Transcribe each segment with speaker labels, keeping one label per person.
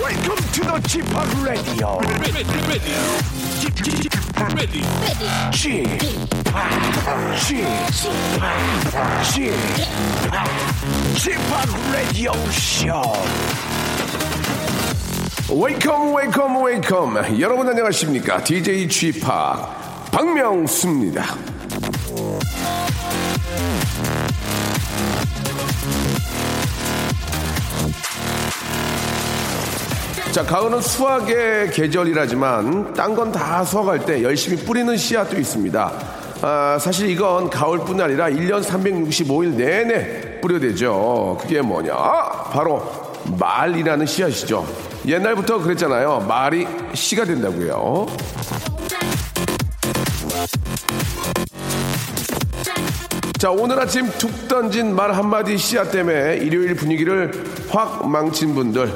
Speaker 1: Welcome to the g p o p Radio.
Speaker 2: ready, ready, ready,
Speaker 1: g p o p G-POP, G-POP Radio Show.
Speaker 3: 웨이컴 웨이컴 웨이컴 여러분 안녕하십니까 DJ g 파 박명수입니다 자 가을은 수확의 계절이라지만 딴 건 다 수확할 때 열심히 뿌리는 씨앗도 있습니다 아, 사실 이건 가을뿐 아니라 1년 365일 내내 뿌려대죠 그게 뭐냐 바로 말이라는 씨앗이죠 옛날부터 그랬잖아요 말이 씨가 된다고요 자 오늘 아침 툭 던진 말 한마디 씨앗 때문에 일요일 분위기를 확 망친 분들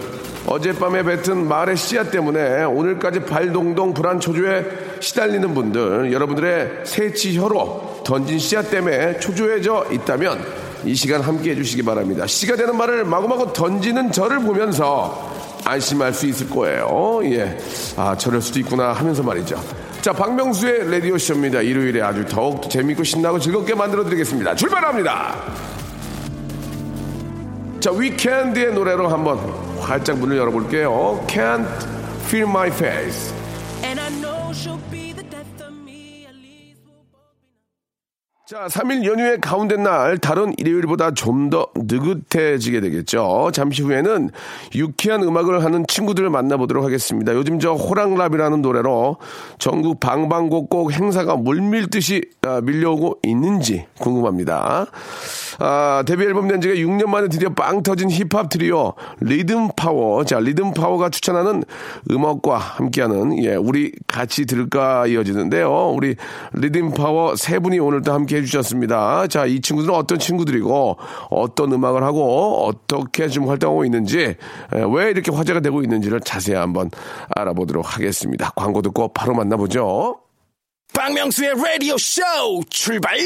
Speaker 3: 어젯밤에 뱉은 말의 씨앗 때문에 오늘까지 발동동 불안 초조에 시달리는 분들 여러분들의 새치 혀로 던진 씨앗 때문에 초조해져 있다면 이 시간 함께 해주시기 바랍니다 씨가 되는 말을 마구마구 던지는 저를 보면서 안심할 수 있을 거예요 예. 아 저럴 수도 있구나 하면서 말이죠 자, 박명수의 라디오쇼입니다. 일요일에 아주 더욱 재밌고 신나고 즐겁게 만들어드리겠습니다. 출발합니다! 자, 위켄드의 노래로 한번 활짝 문을 열어볼게요. Can't feel my face.
Speaker 4: And I know she'll be the death of me. At least we'll both be.
Speaker 3: 자, 3일 연휴의 가운데 날, 다른 일요일보다 좀 더 느긋해지게 되겠죠. 잠시 후에는 유쾌한 음악을 하는 친구들을 만나보도록 하겠습니다. 요즘 저 호랑랍이라는 노래로 전국 방방곡곡 행사가 물밀듯이 아, 밀려오고 있는지 궁금합니다. 아, 데뷔 앨범 낸 지가 6년 만에 드디어 빵 터진 힙합 트리오 리듬 파워. 자, 리듬 파워가 추천하는 음악과 함께하는 예, 우리 같이 들을까 이어지는데요. 우리 리듬 파워 세 분이 오늘 또 함께 해주셨습니다. 자, 이 친구들은 어떤 친구들이고 어떤 음악을 하고 어떻게 지금 활동하고 있는지 예, 왜 이렇게 화제가 되고 있는지를 자세히 한번 알아보도록 하겠습니다. 광고 듣고 바로 만나보죠.
Speaker 1: 박명수의 Radio Show 출발.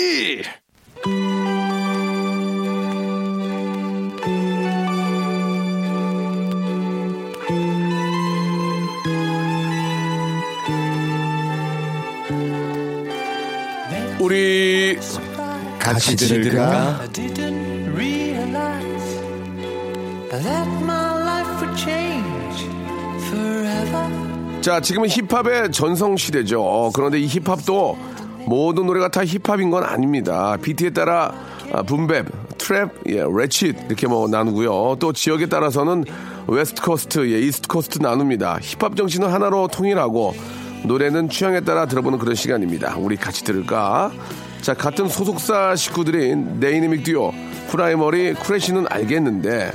Speaker 3: 우리
Speaker 1: 같이 들을까?
Speaker 4: I didn't realize that my life would change forever.
Speaker 3: 자, 지금은 힙합의 전성시대죠. 어, 그런데 이 힙합도 모든 노래가 다 힙합인 건 아닙니다. 비트에 따라 아, 붐뱁, 트랩, 예, 레칫 이렇게 뭐 나누고요. 또 지역에 따라서는 웨스트 코스트, 예, 이스트 코스트 나눕니다. 힙합 정신은 하나로 통일하고 노래는 취향에 따라 들어보는 그런 시간입니다. 우리 같이 들을까? 자, 같은 소속사 식구들인 네이네믹 듀오, 프라이머리, 크래쉬는 알겠는데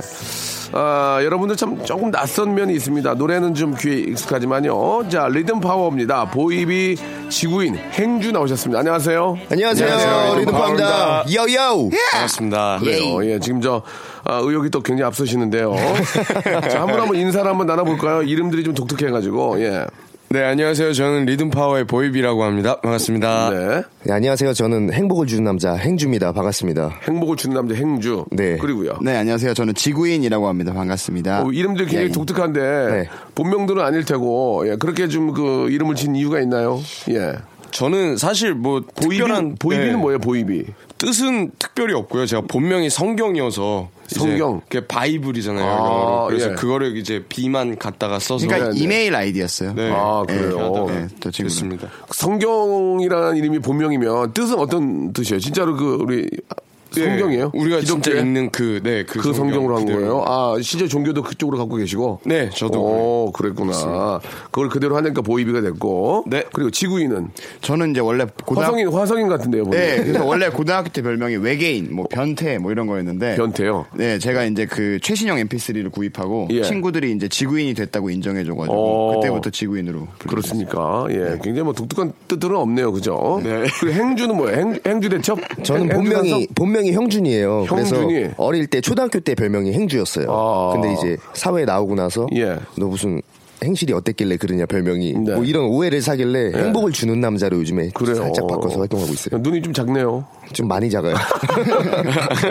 Speaker 3: 아, 여러분들 참 조금 낯선 면이 있습니다. 노래는 좀 귀에 익숙하지만요. 자, 리듬 파워입니다. 보이비 지구인 행주 나오셨습니다. 안녕하세요.
Speaker 5: 안녕하세요.
Speaker 3: 안녕하세요.
Speaker 5: 리듬
Speaker 3: 리듬파워입니다.
Speaker 5: 파워입니다.
Speaker 6: 예.
Speaker 5: 요요.
Speaker 1: 반갑습니다.
Speaker 3: 그래요. 예, 지금 저 아, 의욕이 또 굉장히 앞서시는데요. 자, 한분 한번 인사를 한번 나눠볼까요? 이름들이 좀 독특해가지고 예,
Speaker 1: 네, 안녕하세요. 저는 리듬 파워의 보이비라고 합니다. 반갑습니다.
Speaker 3: 네,
Speaker 5: 네, 안녕하세요. 저는 행복을 주는 남자 행주입니다. 반갑습니다.
Speaker 3: 행복을 주는 남자 행주.
Speaker 5: 네.
Speaker 3: 그리고요.
Speaker 6: 네, 안녕하세요. 저는 지구인이라고 합니다. 반갑습니다.
Speaker 3: 어, 이름들이 굉장히
Speaker 5: 예.
Speaker 3: 독특한데
Speaker 5: 네.
Speaker 3: 본명들은 아닐 테고 예, 그렇게 좀 그 이름을 지은 이유가 있나요? 예.
Speaker 1: 저는 사실 뭐
Speaker 3: 보이비는,
Speaker 1: 특별한
Speaker 3: 보이비는
Speaker 1: 네,
Speaker 3: 뭐예요? 보이비.
Speaker 1: 뜻은 특별히 없고요. 제가 본명이 성경이어서 이제
Speaker 3: 성경.
Speaker 1: 그게 바이블이잖아요.
Speaker 3: 아,
Speaker 1: 영어로. 그래서
Speaker 3: 예.
Speaker 1: 그거를 이제 비만 갖다가 써서
Speaker 6: 그러니까
Speaker 3: 네, 네.
Speaker 6: 이메일 아이디였어요.
Speaker 1: 네.
Speaker 3: 아,
Speaker 6: 네,
Speaker 3: 그래요.
Speaker 6: 네, 또 친구는.
Speaker 1: 좋습니다.
Speaker 3: 성경이라는 이름이 본명이면 뜻은 어떤 뜻이에요? 진짜로 그 우리 성경이에요?
Speaker 1: 예, 우리가 진짜
Speaker 3: 기독교의?
Speaker 1: 읽는 그, 네, 그,
Speaker 3: 그 성경으로 한
Speaker 1: 그대로.
Speaker 3: 거예요. 아 실제 종교도 그쪽으로 갖고 계시고.
Speaker 1: 네, 저도.
Speaker 3: 오, 그랬구나. 그걸 그대로 하니까 보이비가 됐고.
Speaker 1: 네.
Speaker 3: 그리고 지구인은
Speaker 6: 저는 이제 원래 고등학교
Speaker 3: 화성인 화성인 같은데요. 보니까.
Speaker 6: 네, 그래서 원래 고등학교 때 별명이 외계인, 뭐 변태, 뭐 이런 거였는데.
Speaker 3: 변태요?
Speaker 6: 네, 제가 이제 그 최신형 MP3를 구입하고
Speaker 3: 예.
Speaker 6: 친구들이 이제 지구인이 됐다고 인정해줘가지고
Speaker 3: 어.
Speaker 6: 그때부터 지구인으로. 불리게
Speaker 3: 그렇습니까? 예, 굉장히 뭐 독특한 뜻들은 없네요, 그죠? 네. 그리고 행주는 뭐예요? 행, 행주 대첩?
Speaker 5: 저는
Speaker 3: 행- 행주
Speaker 5: 본명이
Speaker 3: 단성?
Speaker 5: 본명이 형준이에요.
Speaker 3: 형준이?
Speaker 5: 그래서 어릴 때 초등학교 때 별명이 행주였어요.
Speaker 3: 아.
Speaker 5: 근데 이제 사회에 나오고 나서
Speaker 3: 예.
Speaker 5: 너 무슨 행실이 어땠길래 그러냐 별명이
Speaker 3: 네. 예.
Speaker 5: 뭐 이런 오해를 사길래 행복을 주는 남자로 요즘에
Speaker 3: 그래요.
Speaker 5: 살짝 바꿔서 활동하고 있어요.
Speaker 3: 눈이 좀 작네요.
Speaker 5: 좀 많이 작아요.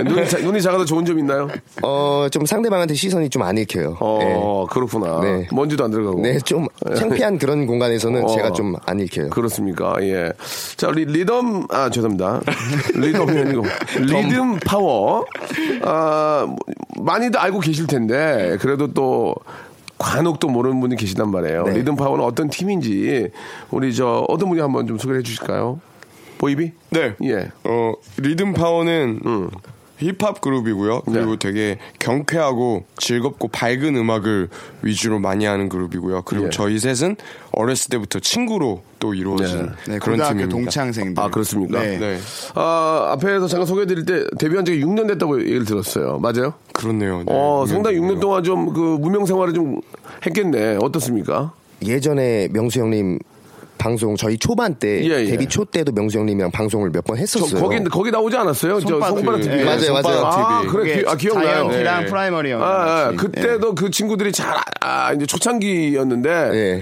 Speaker 3: 눈이, 작- 눈이 작아도 좋은 점 있나요?
Speaker 5: 어, 좀 상대방한테 시선이 좀 안 읽혀요.
Speaker 3: 어, 그렇구나.
Speaker 5: 네.
Speaker 3: 먼지도 안 들어가고.
Speaker 5: 네, 좀 창피한 그런 공간에서는
Speaker 3: 어.
Speaker 5: 제가 좀 안 읽혀요.
Speaker 3: 그렇습니까? 예. 자, 우리 리덤, 아, 죄송합니다. 리덤이 아니고, 리듬 파워. 아, 뭐, 많이들 알고 계실 텐데, 그래도 또, 간혹 또 모르는 분이 계시단 말이에요.
Speaker 5: 네.
Speaker 3: 리듬 파워는 어떤 팀인지, 우리 저, 어떤 분이 한번 좀 소개를 해 주실까요? 보이비?
Speaker 1: 네.
Speaker 3: 예. 음.
Speaker 1: 어, 리듬 파워는 힙합 그룹이고요. 그리고
Speaker 3: 네.
Speaker 1: 되게 경쾌하고 즐겁고 밝은 음악을 위주로 많이 하는 그룹이고요. 그리고
Speaker 3: 예.
Speaker 1: 저희 셋은 어렸을 때부터 친구로 또 이루어진
Speaker 6: 네,
Speaker 1: 그런
Speaker 6: 고등학교
Speaker 1: 팀입니다.
Speaker 6: 동창생들.
Speaker 3: 아, 그렇습니까?
Speaker 6: 네.
Speaker 1: 네.
Speaker 3: 아, 앞에서 잠깐 소개해 드릴 때, 데뷔한 지가 6년 됐다고 얘기를 들었어요. 맞아요?
Speaker 1: 그렇네요. 네.
Speaker 3: 어,
Speaker 1: 네.
Speaker 3: 상당히 6년 동안 좀 그 무명 생활을 좀 했겠네. 어떻습니까?
Speaker 5: 예전에 명수 형님 방송 저희 초반 때
Speaker 3: 예, 예.
Speaker 5: 데뷔 초 때도 명수 형님이랑 방송을 몇 번 했었어요.
Speaker 3: 거기 거기 나오지 않았어요? 저
Speaker 6: 손바닥
Speaker 3: 손바닥 TV.
Speaker 6: 예,
Speaker 5: 맞아요, 맞아요.
Speaker 3: 아,
Speaker 1: TV.
Speaker 3: 그래. 기, 아, 기억나요.
Speaker 6: 자이언티랑
Speaker 1: 네.
Speaker 6: 프라이머리 형.
Speaker 3: 아, 아,
Speaker 6: 같이. 네.
Speaker 3: 그때도 그 친구들이 잘, 아, 이제
Speaker 1: 네.
Speaker 3: 초창기였는데,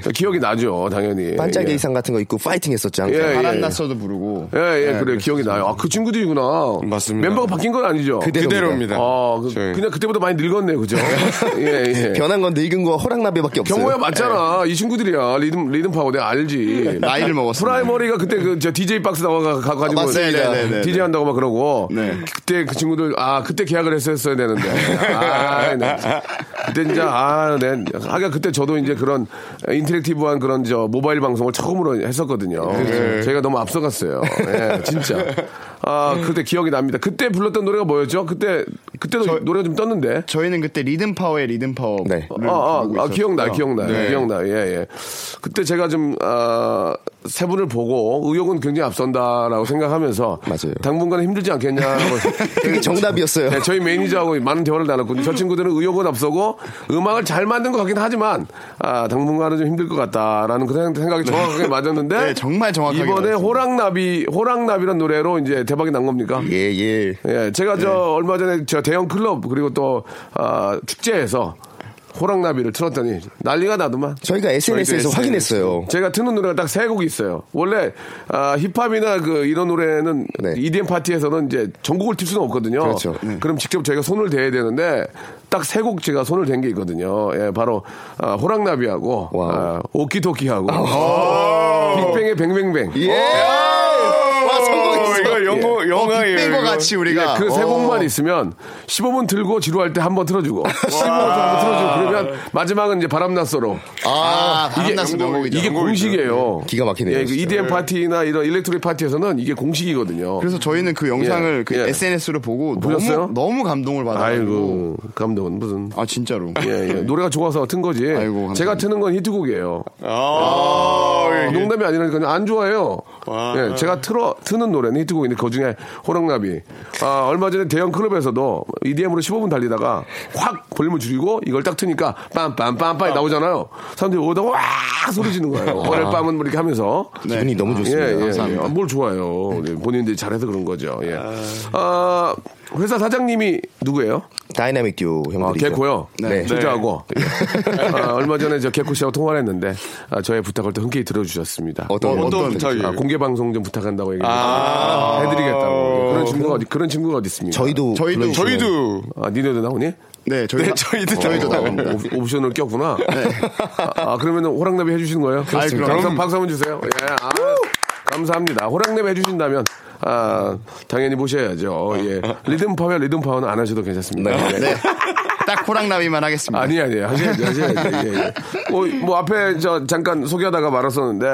Speaker 5: 예.
Speaker 3: 기억이 나죠, 당연히.
Speaker 5: 반짝이
Speaker 3: 예.
Speaker 5: 의상 같은 거 입고 파이팅 했었죠. 항상.
Speaker 3: 예,
Speaker 6: 예.
Speaker 3: 예.
Speaker 6: 바람 났어도 부르고. 네,
Speaker 3: 예, 예, 그래, 기억이 나요. 아, 그 친구들이구나.
Speaker 1: 맞습니다.
Speaker 3: 멤버가 바뀐 건 아니죠?
Speaker 1: 그대로입니다.
Speaker 3: 아, 그,
Speaker 1: 저희.
Speaker 3: 냥 그때보다 많이 늙었네요, 그죠? 예, 예.
Speaker 5: 변한 건 늙은 거 허랑나비밖에 없어요.
Speaker 3: 그 경호야 맞잖아. 이 친구들이야. 리듬, 리듬 파워 내가 알지.
Speaker 6: 네. 나이를 먹었어.
Speaker 3: 프라이머리가 그때 그 저 DJ 박스 나와가 가고 가지고
Speaker 6: 아, 맞습니다. 네, 네, 네,
Speaker 3: DJ
Speaker 6: 네.
Speaker 3: 한다고 막 그러고
Speaker 6: 네.
Speaker 3: 그때 그 친구들 아 그때 계약을 했었어야 되는데 아, 네. 그때 진짜 아네 하긴 그때 저도 이제 그런 인터랙티브한 그런 저 모바일 방송을 처음으로 했었거든요.
Speaker 6: 네.
Speaker 3: 저희가 너무 앞서갔어요. 예, 진짜 아 그때 기억이 납니다. 그때 불렀던 노래가 뭐였죠? 그때 그때도 노래 가좀 떴는데
Speaker 6: 저희는 그때 리듬 파워의 리듬 파워.
Speaker 5: 네.
Speaker 3: 아, 아, 아, 기억나,
Speaker 6: 요
Speaker 3: 기억나,
Speaker 6: 네.
Speaker 3: 요 기억나. 예, 예. 그때 제가 좀, 아, 세 분을 보고 의욕은 굉장히 앞선다라고 생각하면서.
Speaker 5: 맞아요.
Speaker 3: 당분간 힘들지 않겠냐고.
Speaker 5: 그게 정답이었어요.
Speaker 3: 네, 저희 매니저하고 많은 대화를 나눴고, 저 친구들은 의욕은 앞서고, 음악을 잘 만든 것 같긴 하지만, 아, 당분간은 좀 힘들 것 같다라는 그 생- 생각이 정확하게 맞았는데.
Speaker 6: 네, 정말 정확하게
Speaker 3: 이번에
Speaker 6: 맞았습니다.
Speaker 3: 호랑나비, 호랑나비란 노래로 이제 대박이 난 겁니까?
Speaker 5: 예, 예.
Speaker 3: 예, 제가 저 얼마 전에 저 대형 클럽 그리고 또 아, 축제에서 호랑나비를 틀었더니 난리가 나더만.
Speaker 5: 저희가 SNS에서 확인했어요.
Speaker 3: 제가 트는 노래가 딱 세 곡이 있어요. 원래 아, 힙합이나 그 이런 노래는
Speaker 5: 네.
Speaker 3: EDM 파티에서는 이제 전곡을 틀 수는 없거든요.
Speaker 5: 그렇죠. 네.
Speaker 3: 럼 직접 저희가 손을 대야 되는데 딱 세 곡 제가 손을 댄 게 있거든요. 예, 바로 아, 호랑나비하고
Speaker 5: 와우. 아.
Speaker 3: 아, 오키토키하고 빅뱅의 뱅뱅뱅.
Speaker 5: 예! 와, 성공했어.
Speaker 1: 이거 영어 영화예요.
Speaker 6: 빅뱅과
Speaker 1: 이거.
Speaker 6: 같이 우리가.
Speaker 3: 그 세
Speaker 6: 어.
Speaker 3: 곡만 있으면 15분 들고 지루할 때 한 번 틀어주고 15분 한번 틀어주고 그러면 마지막은 이제 바람났어로
Speaker 6: 아, 바람 났어 명곡이죠.
Speaker 3: 이게 공식이에요.
Speaker 5: 기가 막히네요,
Speaker 3: 예, 그
Speaker 5: 진짜.
Speaker 3: EDM 파티나 이런 일렉트릭 파티에서는 이게 공식이거든요.
Speaker 6: 그래서 저희는 그 영상을 그
Speaker 3: 예.
Speaker 6: SNS로
Speaker 5: 네.
Speaker 6: 보고
Speaker 3: 보셨어요?
Speaker 6: 너무, 너무 감동을 받아가지고.
Speaker 3: 아이고 감독은 무슨
Speaker 6: 아 진짜로.
Speaker 3: 예, 예. 노래가 좋아서 튼 거지.
Speaker 6: 아이고, 감사합니다.
Speaker 3: 제가 트는 건 히트곡이에요.
Speaker 1: 아,
Speaker 5: 네.
Speaker 1: 이게
Speaker 3: 농담이 아니라니까요. 안 좋아해요.
Speaker 1: 와.
Speaker 3: 예, 제가 틀어, 트는 노래는 히트곡인데 그 중에 호랑나비. 아, 얼마 전에 대형 클럽에서도 E EDM으로 15분 달리다가 확 볼륨을 줄이고 이걸 딱 트니까 빰빰빰빰 나오잖아요. 사람들이 오다가 와! 소리 지는 거예요. 어릴 밤은 뭐 이렇게 하면서.
Speaker 5: 기분이 아. 너무 좋습니다.
Speaker 3: 예, 예,
Speaker 6: 감사합니다.
Speaker 3: 예. 뭘 좋아요. 네, 본인들이 잘해서 그런 거죠. 예. 아, 회사 사장님이 누구예요?
Speaker 5: 다이나믹 듀오
Speaker 3: 아,
Speaker 5: 형들이죠.
Speaker 3: 개코요?
Speaker 5: 네.
Speaker 3: 진짜하고. 아, 얼마 전에 저 개코 씨하고 통화를 했는데, 아, 저의 부탁을 또 흔쾌히 들어주셨습니다.
Speaker 5: 어떤 어떤
Speaker 1: 부탁이에요?
Speaker 3: 아, 공개 방송 좀 부탁한다고 얘기를
Speaker 1: 예. 아.
Speaker 3: 해드리겠다고. 그런 친구가 어디, 그런 친구가 어디 있습니까?
Speaker 5: 저희도 불러주시면-
Speaker 6: 저희도-
Speaker 1: 저희도
Speaker 3: 아, 니네도 나오니?
Speaker 6: 네, 저희
Speaker 1: 네, 저희도
Speaker 6: 저희도 어,
Speaker 1: 나와요.
Speaker 6: 나옵니다. 네.
Speaker 3: 옵- 옵션을 꼈구나. 아, 아, 그러면 호랑나비 해주시는 거예요?
Speaker 6: 그렇습니다.
Speaker 3: 박수, 박수 한번 주세요. 예, 아, 감사합니다. 호랑나비 해주신다면, 아, 당연히 모셔야죠. 예. 리듬 파워, 리듬 파워는 안 하셔도 괜찮습니다. 예.
Speaker 6: 네. 딱 호랑나비만 하겠습니다.
Speaker 3: 아니 예. 아니 하셔야죠 하셔야죠 예, 예. 뭐, 뭐 앞에 저 잠깐 소개하다가 말았었는데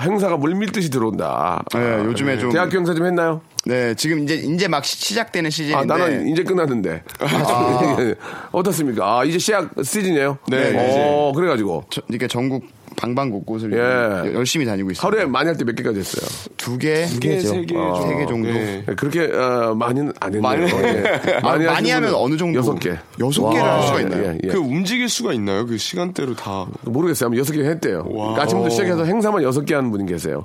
Speaker 3: 행사가 물밀듯이 들어온다.
Speaker 6: 네,
Speaker 3: 아,
Speaker 6: 요즘에 좀-
Speaker 3: 대학교 행사 좀 했나요?
Speaker 6: 네, 지금 이제 이제 막 시- 시작되는 시즌인데.
Speaker 3: 아, 나는 이제 끝났는데. 어떻습니까? 아, 이제 시작 시즌이에요?
Speaker 6: 네,
Speaker 3: 어, 그래가지고.
Speaker 6: 저- 이렇게 전국 방방곡곡을
Speaker 3: 예.
Speaker 6: 열심히 다니고 있어요.
Speaker 3: 하루에 많이 할 때 몇 개까지 했어요? 어.
Speaker 6: 두 개, 두
Speaker 1: 개, 세 개.
Speaker 6: 세 개 정도.
Speaker 3: 예.
Speaker 1: 네.
Speaker 3: 그렇게 어, 많이는 안 했네요.
Speaker 1: 많이-
Speaker 3: 예.
Speaker 6: 아, 많이,
Speaker 3: 하시는
Speaker 6: 하면
Speaker 3: 분은
Speaker 6: 어느 정도?
Speaker 3: 여섯 개.
Speaker 6: 여섯 개를
Speaker 3: 와,
Speaker 6: 할 수가 있나요?
Speaker 3: 예, 예.
Speaker 1: 그 움직일 수가 있나요? 그 시간대로 다.
Speaker 6: 네.
Speaker 3: 모르겠어요. 아마 여섯 개 했대요. 그러니까 아침부터 시작해서 행사만 여섯 개 하는 분이 계세요.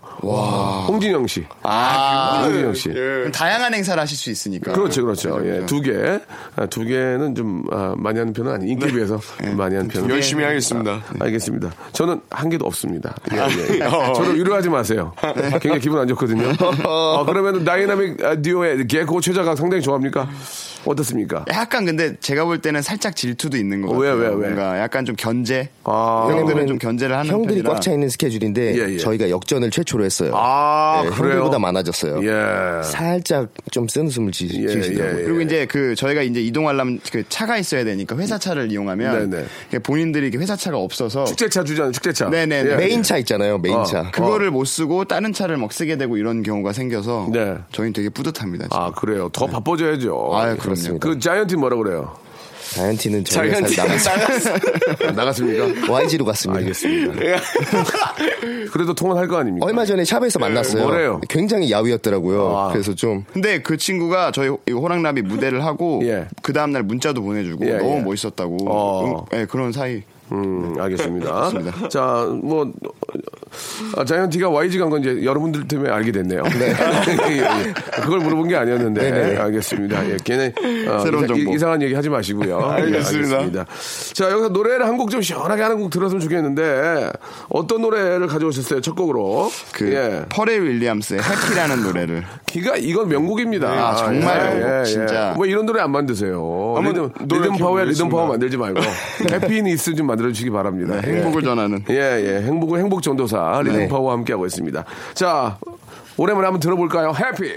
Speaker 3: 홍진영 씨.
Speaker 1: 아,
Speaker 6: 예.
Speaker 3: 홍진영 씨.
Speaker 6: 그럼 다양한 행사를 하실 수 있으니까.
Speaker 3: 그렇죠, 그렇죠. 예,
Speaker 6: 그죠?
Speaker 3: 두 개. 아, 두 개는 좀 아, 많이 하는 편은 아니.
Speaker 6: 네.
Speaker 3: 인기에 비해서
Speaker 6: 예.
Speaker 3: 많이 하는 편은.
Speaker 1: 열심히 하겠습니다.
Speaker 3: 아, 알겠습니다. 저는 한 개도 없습니다. 예, 예.
Speaker 1: 어,
Speaker 3: 저를 위로하지 마세요. 굉장히 기분 안 좋거든요. 어, 그러면 다이나믹 아, 듀오의 개코 최자가 상당히 좋아합니까? 어떻습니까?
Speaker 5: 네.
Speaker 6: 약간 근데 제가 볼 때는 살짝 질투도 있는 것
Speaker 3: 왜, 왜,
Speaker 6: 같아요.
Speaker 3: 왜?
Speaker 6: 뭔가 약간 좀 견제.
Speaker 3: 아.
Speaker 6: 형들은 좀 견제를 하는
Speaker 5: 형들이
Speaker 6: 편이라.
Speaker 5: 꽉 차 있는 스케줄인데
Speaker 3: 예, 예.
Speaker 5: 저희가 역전을 최초로 했어요.
Speaker 3: 아,
Speaker 5: 네,
Speaker 3: 그래요?
Speaker 5: 형들보다 많아졌어요.
Speaker 3: 예.
Speaker 5: 살짝 좀 쓴숨을 지-
Speaker 3: 예,
Speaker 5: 지으시더라고요.
Speaker 3: 예,
Speaker 6: 그리고 이제 그 저희가 이제 이동하려면 그 차가 있어야 되니까 회사 차를 이용하면
Speaker 3: 네네.
Speaker 6: 이게 본인들이 이게 회사 차가 없어서
Speaker 3: 축제차 주잖아요, 축제차.
Speaker 6: 네네.
Speaker 3: 예.
Speaker 5: 메인 차 있잖아요, 메인
Speaker 3: 어.
Speaker 5: 차.
Speaker 6: 그거를 못 쓰고 다른 차를 막 쓰게 되고 이런 경우가 생겨서
Speaker 3: 네.
Speaker 6: 저희는 되게 뿌듯합니다. 진짜.
Speaker 3: 아, 그래요. 더
Speaker 5: 네.
Speaker 3: 바빠져야죠.
Speaker 6: 아유, 그럼요.
Speaker 3: 그 자이언티 뭐라 그래요?
Speaker 5: 자이언티는 저희가 네, 잘 나갔어요.
Speaker 3: 나갔습니까?
Speaker 5: YG로 갔습니다.
Speaker 3: 알겠습니다. 그래도 통화할 거 아닙니까?
Speaker 5: 얼마 전에 샵에서 만났어요.
Speaker 3: 네, 뭐래요?
Speaker 5: 굉장히 야위였더라고요.
Speaker 3: 아.
Speaker 5: 그래서 좀
Speaker 6: 근데 그 친구가 저희 호- 이 호랑나비 무대를 하고
Speaker 3: 예.
Speaker 6: 그 다음 날 문자도 보내주고
Speaker 3: 예,
Speaker 6: 너무
Speaker 3: 예.
Speaker 6: 멋있었다고.
Speaker 3: 어.
Speaker 6: 응, 예, 그런 사이.
Speaker 3: 음,
Speaker 6: 네.
Speaker 3: 알겠습니다.
Speaker 6: 좋습니다.
Speaker 3: 자, 뭐, 아, 자이언티가 YG 간 건 이제 여러분들 때문에 알게 됐네요. 예, 예. 그걸 물어본 게 아니었는데. 알겠습니다. 예, 걔네, 어,
Speaker 6: 네, 새로운
Speaker 3: 이사-
Speaker 6: 정보.
Speaker 3: 이상한 얘기 하지 마시고요. 예,
Speaker 6: 알겠습니다.
Speaker 3: 자, 여기서 노래를 한 곡 좀 시원하게 하는 곡 들었으면 좋겠는데, 어떤 노래를 가져오셨어요? 첫 곡으로.
Speaker 6: 그
Speaker 3: 예.
Speaker 6: 퍼렐 윌리엄스의 해피라는 노래를
Speaker 3: 기가 이건 명곡입니다.
Speaker 6: 아, 정말 진짜.
Speaker 3: 뭐 이런 노래 안 만드세요.
Speaker 1: 한번
Speaker 3: 리듬,
Speaker 1: 노래
Speaker 3: 리듬 파워야
Speaker 1: 해보겠습니다.
Speaker 3: 리듬 파워 만들지 말고 해피니스 좀 만들어 주시기 바랍니다.
Speaker 6: 행복을 전하는.
Speaker 3: 예, 예. 행복은 행복 전도사 리듬 파워와 함께하고 있습니다. 자, 오랜만에 한번 들어볼까요? 해피.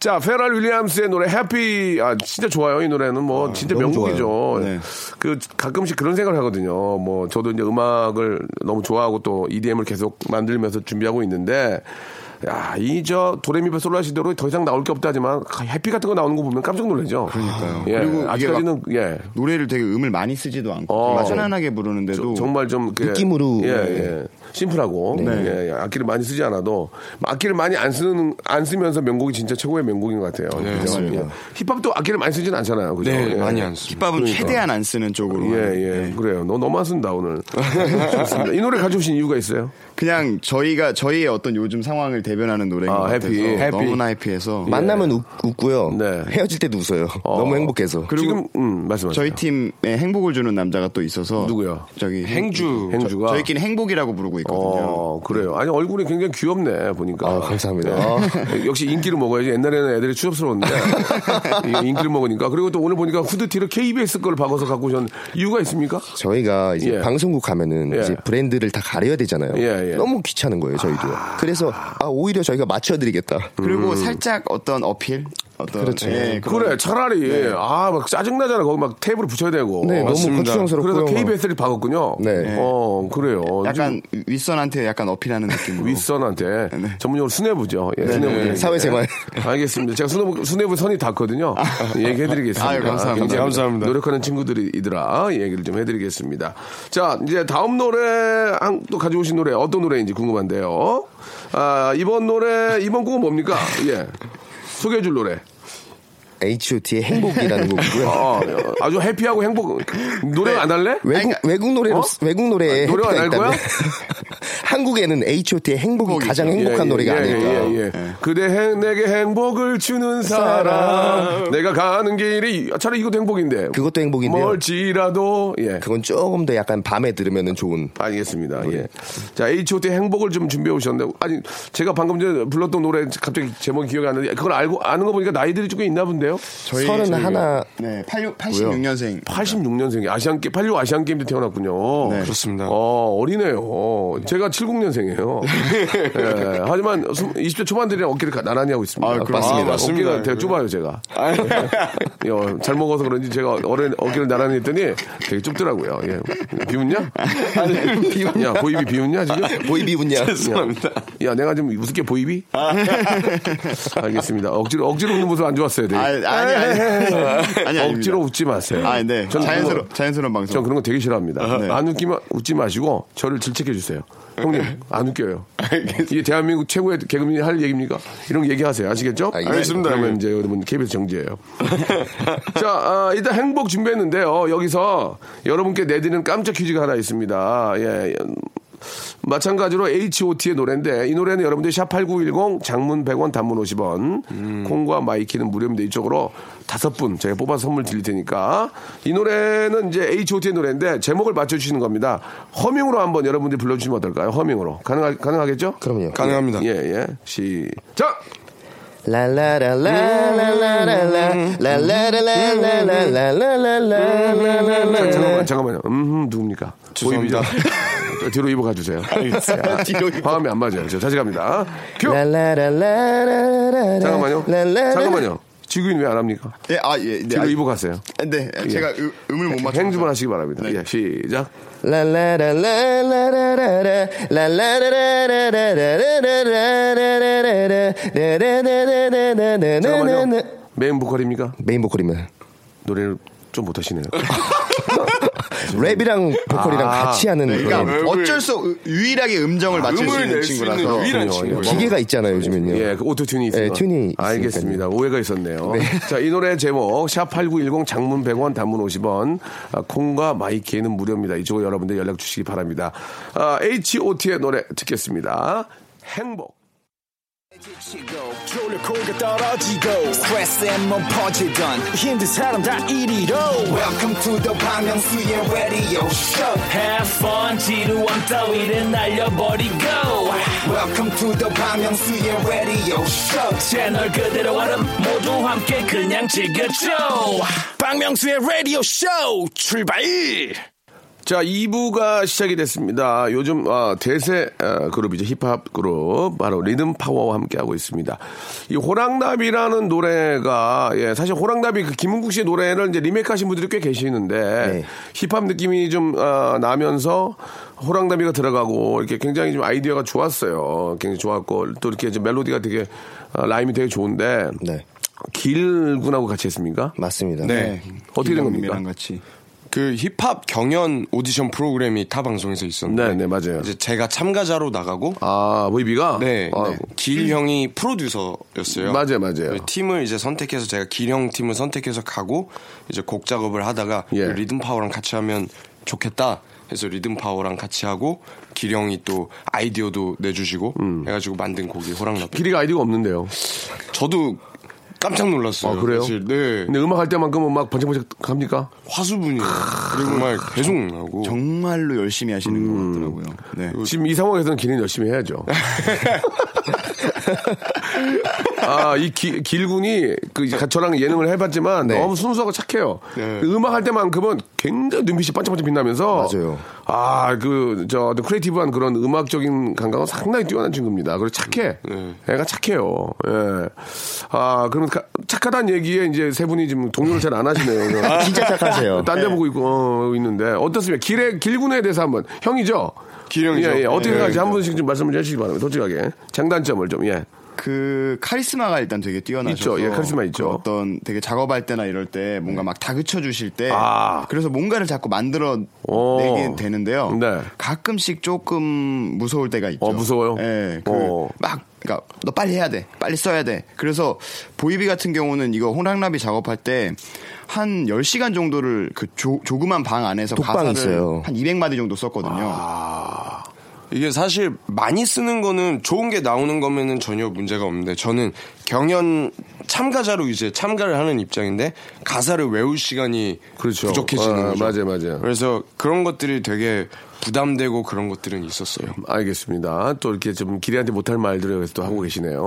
Speaker 3: 자, 페럴 윌리엄스의 노래 해피. 아, 진짜 좋아요. 이 노래는 뭐 진짜 명곡이죠.
Speaker 6: 네.
Speaker 3: 그 가끔씩 그런 생각을 하거든요. 뭐 저도 이제 음악을 너무 좋아하고 또 EDM을 계속 만들면서 준비하고 있는데 야, 이 저 도레미파 솔라시대로 더 이상 나올 게 없다지만 해피 같은 거 나오는 거 보면 깜짝 놀라죠. 그러니까요. 예,
Speaker 6: 그리고 이게
Speaker 3: 아직까지는 예.
Speaker 6: 노래를 되게 음을 많이 쓰지도 않고
Speaker 3: 어.
Speaker 6: 정말 편안하게
Speaker 3: 저-
Speaker 6: 부르는데도
Speaker 3: 정말 좀 이렇게-
Speaker 5: 느낌으로. 네.
Speaker 3: 예, 예. 심플하고 예, 예. 악기를 많이 쓰지 않아도 악기를 많이 안 쓰는 안 쓰면서 명곡이 진짜 최고의 명곡인 것 같아요. 그죠? 예. 힙합도 악기를 많이 쓰지는 않잖아요. 그죠?
Speaker 1: 네,
Speaker 3: 예.
Speaker 1: 많이 안 네. 씁니다.
Speaker 6: 힙합은 최대한 안 쓰는 쪽으로
Speaker 3: 예, 예, 그래요. 너 너무 안 쓴다 오늘. 좋습니다. 이 노래 가져오신 이유가 있어요?
Speaker 6: 그냥 저희가 저희의 어떤 요즘 상황을 대변하는 노래인
Speaker 3: 아,
Speaker 6: 것 같아서
Speaker 3: 해피. 해피.
Speaker 6: 너무나 해피해서
Speaker 5: 만나면 웃, 고요
Speaker 3: 예. 네.
Speaker 5: 헤어질 때도 웃어요. 너무 행복해서.
Speaker 3: 지금 음, 말씀하세요.
Speaker 6: 저희 팀에 행복을 주는 남자가 또 있어서
Speaker 3: 누구요?
Speaker 6: 저기
Speaker 1: 행주.
Speaker 3: 행주가
Speaker 6: 저, 희끼리 행복이라고 부르고 있거든요.
Speaker 3: 어, 그래요. 아니, 얼굴이 굉장히 귀엽네, 보니까.
Speaker 5: 아, 감사합니다.
Speaker 3: 예. 역시 인기를 먹어야지. 옛날에는 애들이 추잡스러웠는데. 이 인기를 먹으니까. 그리고 또 오늘 보니까 후드티를 KBS 걸 박아서 갖고 오신 이유가 있습니까?
Speaker 5: 저희가 이제
Speaker 3: 예.
Speaker 5: 방송국 가면은
Speaker 3: 예.
Speaker 5: 이제 브랜드를 다 가려야 되잖아요.
Speaker 3: 예, 예.
Speaker 5: 너무 귀찮은 거예요, 저희도. 그래서 아, 오히려 저희가 맞춰드리겠다.
Speaker 6: 그리고 살짝 어떤 어필, 어떤
Speaker 5: 그렇죠.
Speaker 6: 예, 그런-
Speaker 3: 음. 그래, 차라리. 아, 막 짜증나잖아. 거기 막 테이블 붙여야 되고.
Speaker 5: 네, 너무 거추장스럽고요.
Speaker 3: 그래서 KBS를 박았군요.
Speaker 5: 네.
Speaker 3: 어, 그래요.
Speaker 6: 약간 네. 윗선한테 약간 어필하는 느낌으로.
Speaker 3: 윗선한테 전문용어로 수뇌부죠. 예, 수뇌부. 예.
Speaker 5: 네, 사회생활.
Speaker 3: 알겠습니다. 제가 수뇌부, 수뇌부 선이 닿거든요. 얘기해드리겠습니다.
Speaker 6: 아. 아유, 감사합니다.
Speaker 3: 굉장히
Speaker 1: 감사합니다.
Speaker 3: 노력하는 친구들이더라 얘기를 좀 해드리겠습니다. 자, 이제 다음 노래 한- 또 가져오신 노래 어떤 노래인지 궁금한데요. 아, 이번 노래 이번 곡은 뭡니까? 예. 소개해줄 노래.
Speaker 5: H.O.T의 의 행복이라는 곡이고요.
Speaker 3: 어, 아주 해피하고 행복. 노래 안 할래?
Speaker 5: 외국
Speaker 6: 그러니까-
Speaker 5: 외국 노래로
Speaker 3: 어?
Speaker 5: 외국 노래에
Speaker 3: 아, 노래가
Speaker 5: 해피가
Speaker 3: 날 거야?
Speaker 5: 있다면 한국에는 H.O.T의 의 행복이 가장 행복한
Speaker 3: 예,
Speaker 5: 노래가
Speaker 3: 예,
Speaker 5: 아닐까.
Speaker 3: 예, 예. 그대 행, 내게 행복을 주는 사람. 내가 가는 길이 차라리 이것도 행복인데.
Speaker 5: 그것도 행복인데요.
Speaker 3: 멀지라도 예.
Speaker 5: 그건 조금 더 약간 밤에 들으면 좋은.
Speaker 3: 알겠습니다. 예. 자, H.O.T. 행복을 좀 준비해 오셨는데, 아니, 제가 방금 전에 불렀던 노래 갑자기 제목이 기억이 안 나는데, 그걸 알고, 아는 거 보니까 나이들이 조금 있나 본데요?
Speaker 6: 저희-
Speaker 5: 서른
Speaker 6: 저희가-
Speaker 5: 하나-
Speaker 6: 네, 86, 86년생.
Speaker 3: 86년생이 아시안게 86 아시안게임 때 태어났군요.
Speaker 1: 그렇습니다.
Speaker 3: 어, 어리네요. 제가 70년생이에요. 예, 하지만 스무- 20대 초반들이랑 어깨를 가- 나란히 하고 있습니다.
Speaker 1: 아, 그럼- 맞습니다.
Speaker 3: 아, 어깨가
Speaker 1: 맞습니다.
Speaker 3: 되게 좁아요, 제가.
Speaker 1: 아,
Speaker 3: 예, 잘 먹어서 그런지 제가 어레, 어깨를 나란히 했더니 되게 좁더라고요. 예. 비웃냐? 야, 보입이 비웃냐,
Speaker 1: 아,
Speaker 3: 지금?
Speaker 5: 보이비 분야.
Speaker 1: 죄송합니다.
Speaker 3: 야, 내가 좀 우습게 보이비?
Speaker 6: 아.
Speaker 3: 알겠습니다. 억지로, 억지로 웃는 모습 안 좋았어요, 되게. 네.
Speaker 6: 아, 아니, 아니. 아니, 아닙니다.
Speaker 3: 억지로 웃지 마세요.
Speaker 6: 아, 네.
Speaker 3: 저는
Speaker 6: 자연스러,
Speaker 3: 그거-
Speaker 6: 자연스러운 방송.
Speaker 3: 전 그런 거 되게 싫어합니다.
Speaker 6: 네.
Speaker 3: 안 웃기면 웃지 마시고 저를 질책해 주세요. 형님 안 웃겨요. 이게 대한민국 최고의 개그맨이 할 얘기입니까? 이런 거 얘기하세요. 아시겠죠?
Speaker 1: 알겠습니다.
Speaker 6: 예.
Speaker 3: 그러면 이제 여러분 KBS 정지예요. 자 아, 일단 행복 준비했는데요. 여기서 여러분께 내드리는 깜짝 퀴즈가 하나 있습니다. 예. 마찬가지로 H.O.T의 노래인데 이 노래는 여러분들 샵8910 장문 100원 단문 50원 콩과 마이키는 무료입니다. 이쪽으로 다섯 분 제가 뽑아서 선물 드릴 테니까 이 노래는 이제 H.O.T의 노래인데 제목을 맞춰주시는 겁니다. 허밍으로 한번 여러분들이 불러주시면 어떨까요? 허밍으로 가능하, 가능하겠죠?
Speaker 5: 그럼요.
Speaker 1: 가능합니다.
Speaker 3: 예예 시작 잠깐만,
Speaker 5: 라라라라라라라라라라라라라라라라라라라라라라라라라라라라라라라라라라라라라라라라라라라라라라라라라라라라
Speaker 3: 잠깐만요. 음 누굽니까?
Speaker 1: 죄송합니다.
Speaker 3: 보입니다. 뒤로 입어 가주세요. 화음이 안 맞아요. 저 다시 갑니다. 큐. 잠깐만요. 잠깐만요. 지구인 왜 안 합니까?
Speaker 6: 예, 아, 예. 네.
Speaker 3: 뒤로
Speaker 6: 아,
Speaker 3: 입어 가세요.
Speaker 6: 네. 제가 음- 음을 못 맞춰.
Speaker 3: 예. 행주만 하시기 바랍니다. 예, 시작.
Speaker 5: 네,
Speaker 3: 잠깐만요. 메인 보컬입니까?
Speaker 5: 메인 보컬이면
Speaker 3: 노래를 좀 못하시네요.
Speaker 5: 랩이랑 보컬이랑
Speaker 3: 아,
Speaker 5: 같이 하는 그런
Speaker 6: 그러니까 어쩔 수 없- 유일하게 음정을 맞출 수
Speaker 1: 음을
Speaker 6: 있는
Speaker 1: 낼 수 있는
Speaker 6: 친구라서.
Speaker 1: 유일한
Speaker 3: 아, 그렇군요.
Speaker 1: 친구.
Speaker 5: 기계가 있잖아요 요즘은요.
Speaker 3: 예, 그 오토튠이 있어요.
Speaker 5: 예, 튠이 있으니까요.
Speaker 3: 알겠습니다. 오해가 있었네요. 자, 이 노래 제목 샵8910 장문 100원 단문 50원 아, 콩과 마이키에는 무료입니다. 이쪽으로 여러분들 연락 주시기 바랍니다. 아, H.O.T의 노래 듣겠습니다. 행복.
Speaker 4: Welcome to the 방명수의 radio show. Have fun, 지루한 따위를 날려버리고. Welcome to the 방명수의 radio show. 채널 그대로 얼음 모두 함께 그냥 즐겨줘. 방명수의 radio show 출발!
Speaker 3: 자, 2부가 시작이 됐습니다. 요즘 아, 대세 아, 그룹이죠. 힙합 그룹 바로 리듬 파워와 함께 하고 있습니다. 이 호랑나비라는 노래가 예, 사실 호랑나비 그 김은국 씨의 노래를 이제 리메이크하신 분들이 꽤 계시는데 힙합 느낌이 좀 아, 나면서 호랑나비가 들어가고 이렇게 굉장히 좀 아이디어가 좋았어요. 굉장히 좋았고 또 이렇게 이제 멜로디가 되게 아, 라임이 되게 좋은데
Speaker 5: 네.
Speaker 3: 길군하고 같이 했습니까?
Speaker 5: 맞습니다.
Speaker 1: 네.
Speaker 3: 어떻게 된 겁니까?
Speaker 6: 이랑 같이.
Speaker 1: 그 힙합 경연 오디션 프로그램이 타 방송에서 있었는데
Speaker 3: 네, 네, 맞아요.
Speaker 1: 이제 제가 참가자로 나가고
Speaker 3: 아, 보이비가
Speaker 1: 네,
Speaker 3: 아,
Speaker 1: 네. 길 형이 프로듀서였어요. 네.
Speaker 3: 맞아요, 맞아요.
Speaker 1: 팀을 이제 선택해서 제가 길 형 팀을 선택해서 가고 이제 곡 작업을 하다가
Speaker 3: 예.
Speaker 1: 그 리듬 파워랑 같이 하면 좋겠다. 해서 리듬 파워랑 같이 하고 길 형이 또 아이디어도 내주시고
Speaker 3: 음.
Speaker 1: 해가지고 만든 곡이 호랑나비.
Speaker 3: 길이가 아이디가 없는데요.
Speaker 1: 저도 깜짝 놀랐어요.
Speaker 3: 아, 그래요?
Speaker 1: 사실. 네.
Speaker 3: 근데 음악 할 때만큼은 막 번쩍번쩍 갑니까?
Speaker 1: 화수분이 그리고 정말 계속 나고.
Speaker 6: 정말로 열심히 하시는
Speaker 3: 음.
Speaker 6: 것 같더라고요. 네.
Speaker 1: 그
Speaker 3: 지금 이 상황에서는 길은 열심히 해야죠. 아, 이 기- 길군이 그 이제 저랑 예능을 해봤지만
Speaker 5: 네.
Speaker 3: 너무 순수하고 착해요.
Speaker 1: 네.
Speaker 3: 음악 할 때만큼은 굉장히 눈빛이 반짝반짝 빛나면서
Speaker 5: 맞아요.
Speaker 3: 아, 그, 저, 어떤 크리에이티브한 그런 음악적인 감각은 상당히 뛰어난 친구입니다. 그리고 착해.
Speaker 1: 네.
Speaker 3: 애가 착해요. 예. 아, 그럼 가- 착하다는 얘기에 이제 세 분이 지금 동요를 잘 안 하시네요.
Speaker 5: 아, 진짜 착하세요.
Speaker 1: 네.
Speaker 3: 딴 데 보고 있고 어, 있는데 어떻습니까? 길에 길군에 대해서 한번 형이죠.
Speaker 1: 길 형이죠.
Speaker 3: 예, 예. 어떻게
Speaker 1: 예,
Speaker 3: 생각하지? 한
Speaker 1: 형이죠.
Speaker 3: 분씩 좀 말씀을 해주시기 바랍니다. 솔직하게 장단점을 좀 예.
Speaker 6: 그 카리스마가 일단 되게 뛰어나셔서
Speaker 3: 있죠. 예, 카리스마 있죠. 네.
Speaker 6: 그 어떤 되게 작업할 때나 이럴 때 뭔가 막 다그쳐 주실 때
Speaker 3: 아.
Speaker 6: 그래서 뭔가를 자꾸 만들어
Speaker 3: 오.
Speaker 6: 내게 되는데요.
Speaker 3: 네.
Speaker 6: 가끔씩 조금 무서울 때가 있죠.
Speaker 3: 어, 무서워요?
Speaker 6: 예.
Speaker 3: 어.
Speaker 6: 그막 그러니까 너 빨리 해야 돼. 빨리 써야 돼. 그래서 보이비 같은 경우는 이거 호랑나비 작업할 때 한 10시간 정도를 그 조, 조그만 방 안에서
Speaker 5: 독방
Speaker 6: 가사를
Speaker 5: 있어요.
Speaker 6: 한 200마디 정도 썼거든요.
Speaker 3: 아,
Speaker 1: 아. 이게 사실 많이 쓰는 거는 좋은 게 나오는 거면은 전혀 문제가 없는데 저는 경연 참가자로 이제 참가를 하는 입장인데 가사를 외울 시간이
Speaker 3: 그렇죠.
Speaker 1: 부족해지는
Speaker 3: 아,
Speaker 1: 거죠.
Speaker 3: 맞아요, 맞아요.
Speaker 1: 그래서 그런 것들이 되게 부담되고 그런 것들은 있었어요.
Speaker 3: 알겠습니다. 또 이렇게 좀 길이한테 못할 말들을 해서 또 하고 계시네요.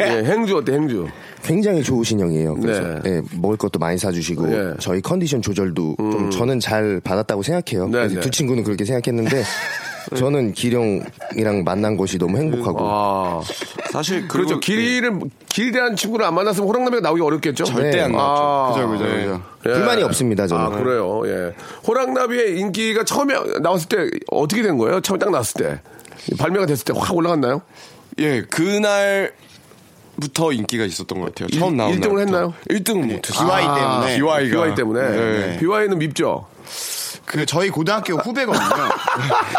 Speaker 3: 예, 행주 어때? 행주.
Speaker 5: 굉장히 좋으신 형이에요. 그래서
Speaker 3: 네.
Speaker 5: 예, 먹을 것도 많이 사주시고
Speaker 3: 예. 음.
Speaker 5: 저희 컨디션 조절도 좀 저는 잘 받았다고 생각해요.
Speaker 3: 네,
Speaker 5: 그래서
Speaker 3: 네.
Speaker 5: 두 친구는 그렇게 생각했는데 네. 저는 기령이랑 만난 것이 너무 행복하고.
Speaker 3: 아.
Speaker 1: 사실
Speaker 3: 그렇죠.
Speaker 1: 그리고-
Speaker 3: 길이를 길이라는 친구를 안 만났으면 호랑나비가 나오기 어렵겠죠.
Speaker 1: 절대 안 나왔죠.
Speaker 3: 아,
Speaker 6: 그죠, 그죠, 그죠.
Speaker 3: 예.
Speaker 5: 불만이 없습니다, 저는.
Speaker 3: 아 그래요. 예. 호랑나비의 인기가 처음에 나왔을 때 어떻게 된 거예요? 처음 에딱 나왔을 때 발매가 됐을 때 확 올라갔나요?
Speaker 1: 예, 그날부터 인기가 있었던 것 같아요. 처음
Speaker 3: 일-
Speaker 1: 나온
Speaker 3: 일등을
Speaker 1: 날부터.
Speaker 3: 했나요?
Speaker 1: 1등은 못했어요.
Speaker 6: BY 네.
Speaker 3: 아,
Speaker 6: 때문에.
Speaker 1: BY가.
Speaker 3: BY 때문에
Speaker 1: 네.
Speaker 3: BY는 밉죠.
Speaker 6: 그 저희 고등학교 후배거든요.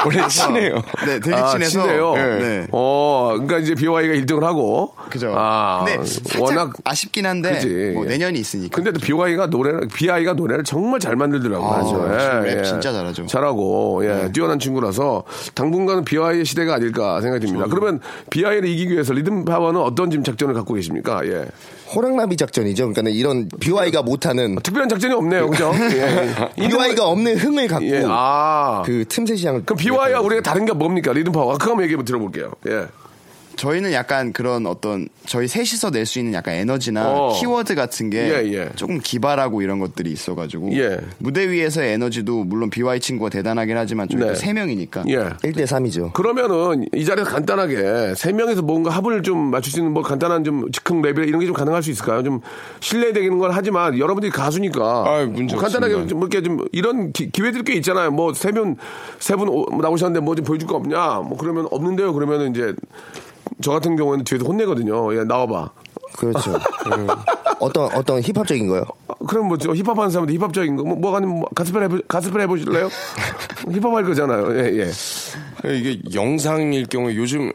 Speaker 1: 원래 친해요.
Speaker 6: 네, 되게
Speaker 3: 아,
Speaker 6: 친해서.
Speaker 3: 친해요.
Speaker 6: 네.
Speaker 3: 어, 그러니까 이제 BY가 1등을 하고.
Speaker 6: 그죠.
Speaker 3: 아,
Speaker 6: 근데 살짝
Speaker 3: 워낙.
Speaker 6: 아쉽긴 한데
Speaker 3: 그지.
Speaker 6: 뭐 내년이 있으니까.
Speaker 3: 근데 또 BY가 노래를, BI가 노래를 정말 잘 만들더라고요. 예,
Speaker 6: 아, 맞아요. 랩 진짜 잘하죠. 네.
Speaker 3: 잘하고, 예, 뛰어난 친구라서 당분간은 BY의 시대가 아닐까 생각이 듭니다.
Speaker 6: 그렇죠.
Speaker 3: 그러면 BY를 이기기 위해서 리듬 파워는 어떤 지금 작전을 갖고 계십니까? 예.
Speaker 5: 호랑나비 작전이죠. 그러니까 이런 BY가 못하는
Speaker 3: 특별한 작전이 없네요. 그죠? 예.
Speaker 5: BY가 없는 흥을 갖고
Speaker 3: 예. 아.
Speaker 5: 그 틈새 시장을
Speaker 3: 그럼 BY와 우리가 다른 게 뭡니까? 리듬 파워. 그거 한번 얘기 한번 들어볼게요. 예.
Speaker 6: 저희는 약간 그런 어떤 저희 셋이서 낼 수 있는 약간 에너지나
Speaker 3: 어.
Speaker 6: 키워드 같은 게
Speaker 3: 예, 예.
Speaker 6: 조금 기발하고 이런 것들이 있어가지고
Speaker 3: 예.
Speaker 6: 무대 위에서의 에너지도 물론 BY 친구가 대단하긴 하지만 저희가
Speaker 3: 네.
Speaker 6: 세 명이니까
Speaker 3: 예.
Speaker 5: 1대 3이죠.
Speaker 3: 그러면은 이 자리에서 간단하게 세 명에서 뭔가 합을 좀 맞출 수 있는 뭐 간단한 좀 즉흥 랩이나 이런 게 좀 가능할 수 있을까요? 좀 실례되는 건 하지만 여러분들이 가수니까
Speaker 1: 아이, 문제
Speaker 3: 뭐 간단하게
Speaker 1: 없습니다.
Speaker 3: 좀 이렇게 좀 이런 기, 회들꽤 있잖아요. 뭐 세 분 세 분 나오셨는데 뭐 좀 보여줄 거 없냐? 뭐 그러면 없는데요. 그러면 이제 저 같은 경우에는 뒤에서 혼내거든요. 야 나와봐.
Speaker 5: 그렇죠. 음. 어떤 어떤 힙합적인 거요?
Speaker 3: 아, 그럼 뭐저 힙합 하는 사람들 힙합적인 거뭐 뭐 아니면 뭐 가스펠 해보 가스펠 해보실래요? 힙합 할 거잖아요. 예 예.
Speaker 1: 이게 영상일 경우에 요즘